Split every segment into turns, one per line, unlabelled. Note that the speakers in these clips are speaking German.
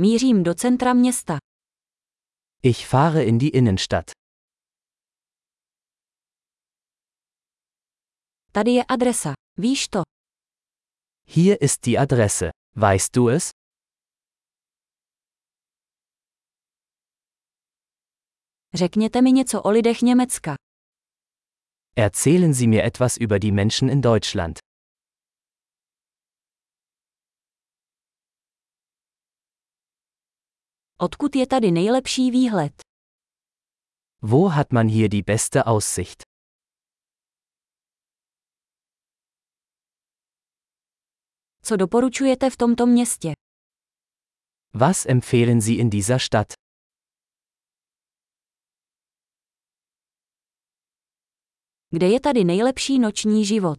Mířím do centra města.
Ich fahre in die Innenstadt.
Tady je adresa. Víš to?
Hier ist die Adresse. Weißt du es?
Řekněte mi něco o lidech Německa.
Erzählen Sie mir etwas über die Menschen in Deutschland.
Odkud je tady nejlepší výhled?
Wo hat man hier die beste Aussicht?
Co doporučujete v tomto městě?
Was empfehlen Sie in dieser Stadt?
Kde je tady nejlepší noční život?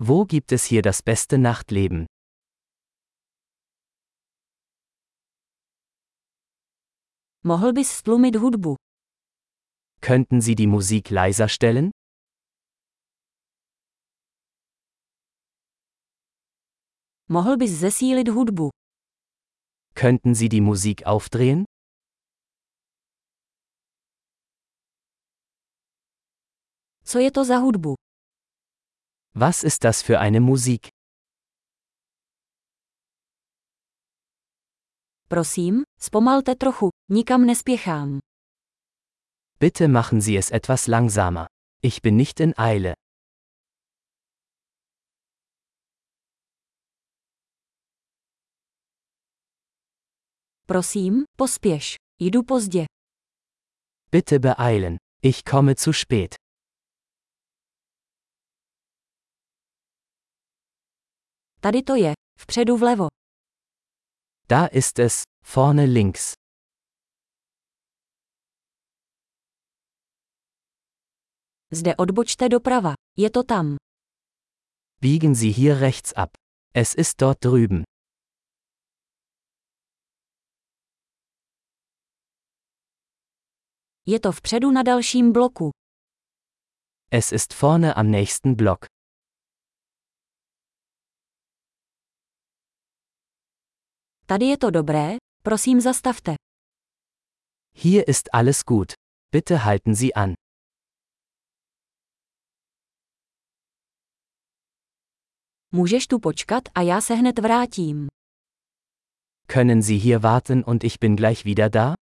Wo gibt es hier das beste Nachtleben?
Mohl bys stlumit hudbu?
Könnten Sie die Musik leiser stellen?
Mohl bys zesílit hudbu?
Könnten Sie die Musik aufdrehen?
Co je to za hudbu?
Was ist das für eine Musik?
Prosím, zpomalte trochu, nikam nespěchám.
Bitte machen Sie es etwas langsamer. Ich bin nicht in Eile.
Prosím, pospěš. Jdu pozdě.
Bitte beeilen. Ich komme zu spät.
Tady to je, vpředu vlevo.
Da ist es, vorne links.
Zde odbočte doprava. Je to tam.
Biegen Sie hier rechts ab. Es ist dort drüben.
Je to vpředu na dalším bloku.
Es ist vorne am nächsten Block.
Tady je to dobré, prosím zastavte.
Hier ist alles gut. Bitte halten Sie an.
Můžeš tu počkat a já se hned vrátím.
Können Sie hier warten und ich bin gleich wieder da?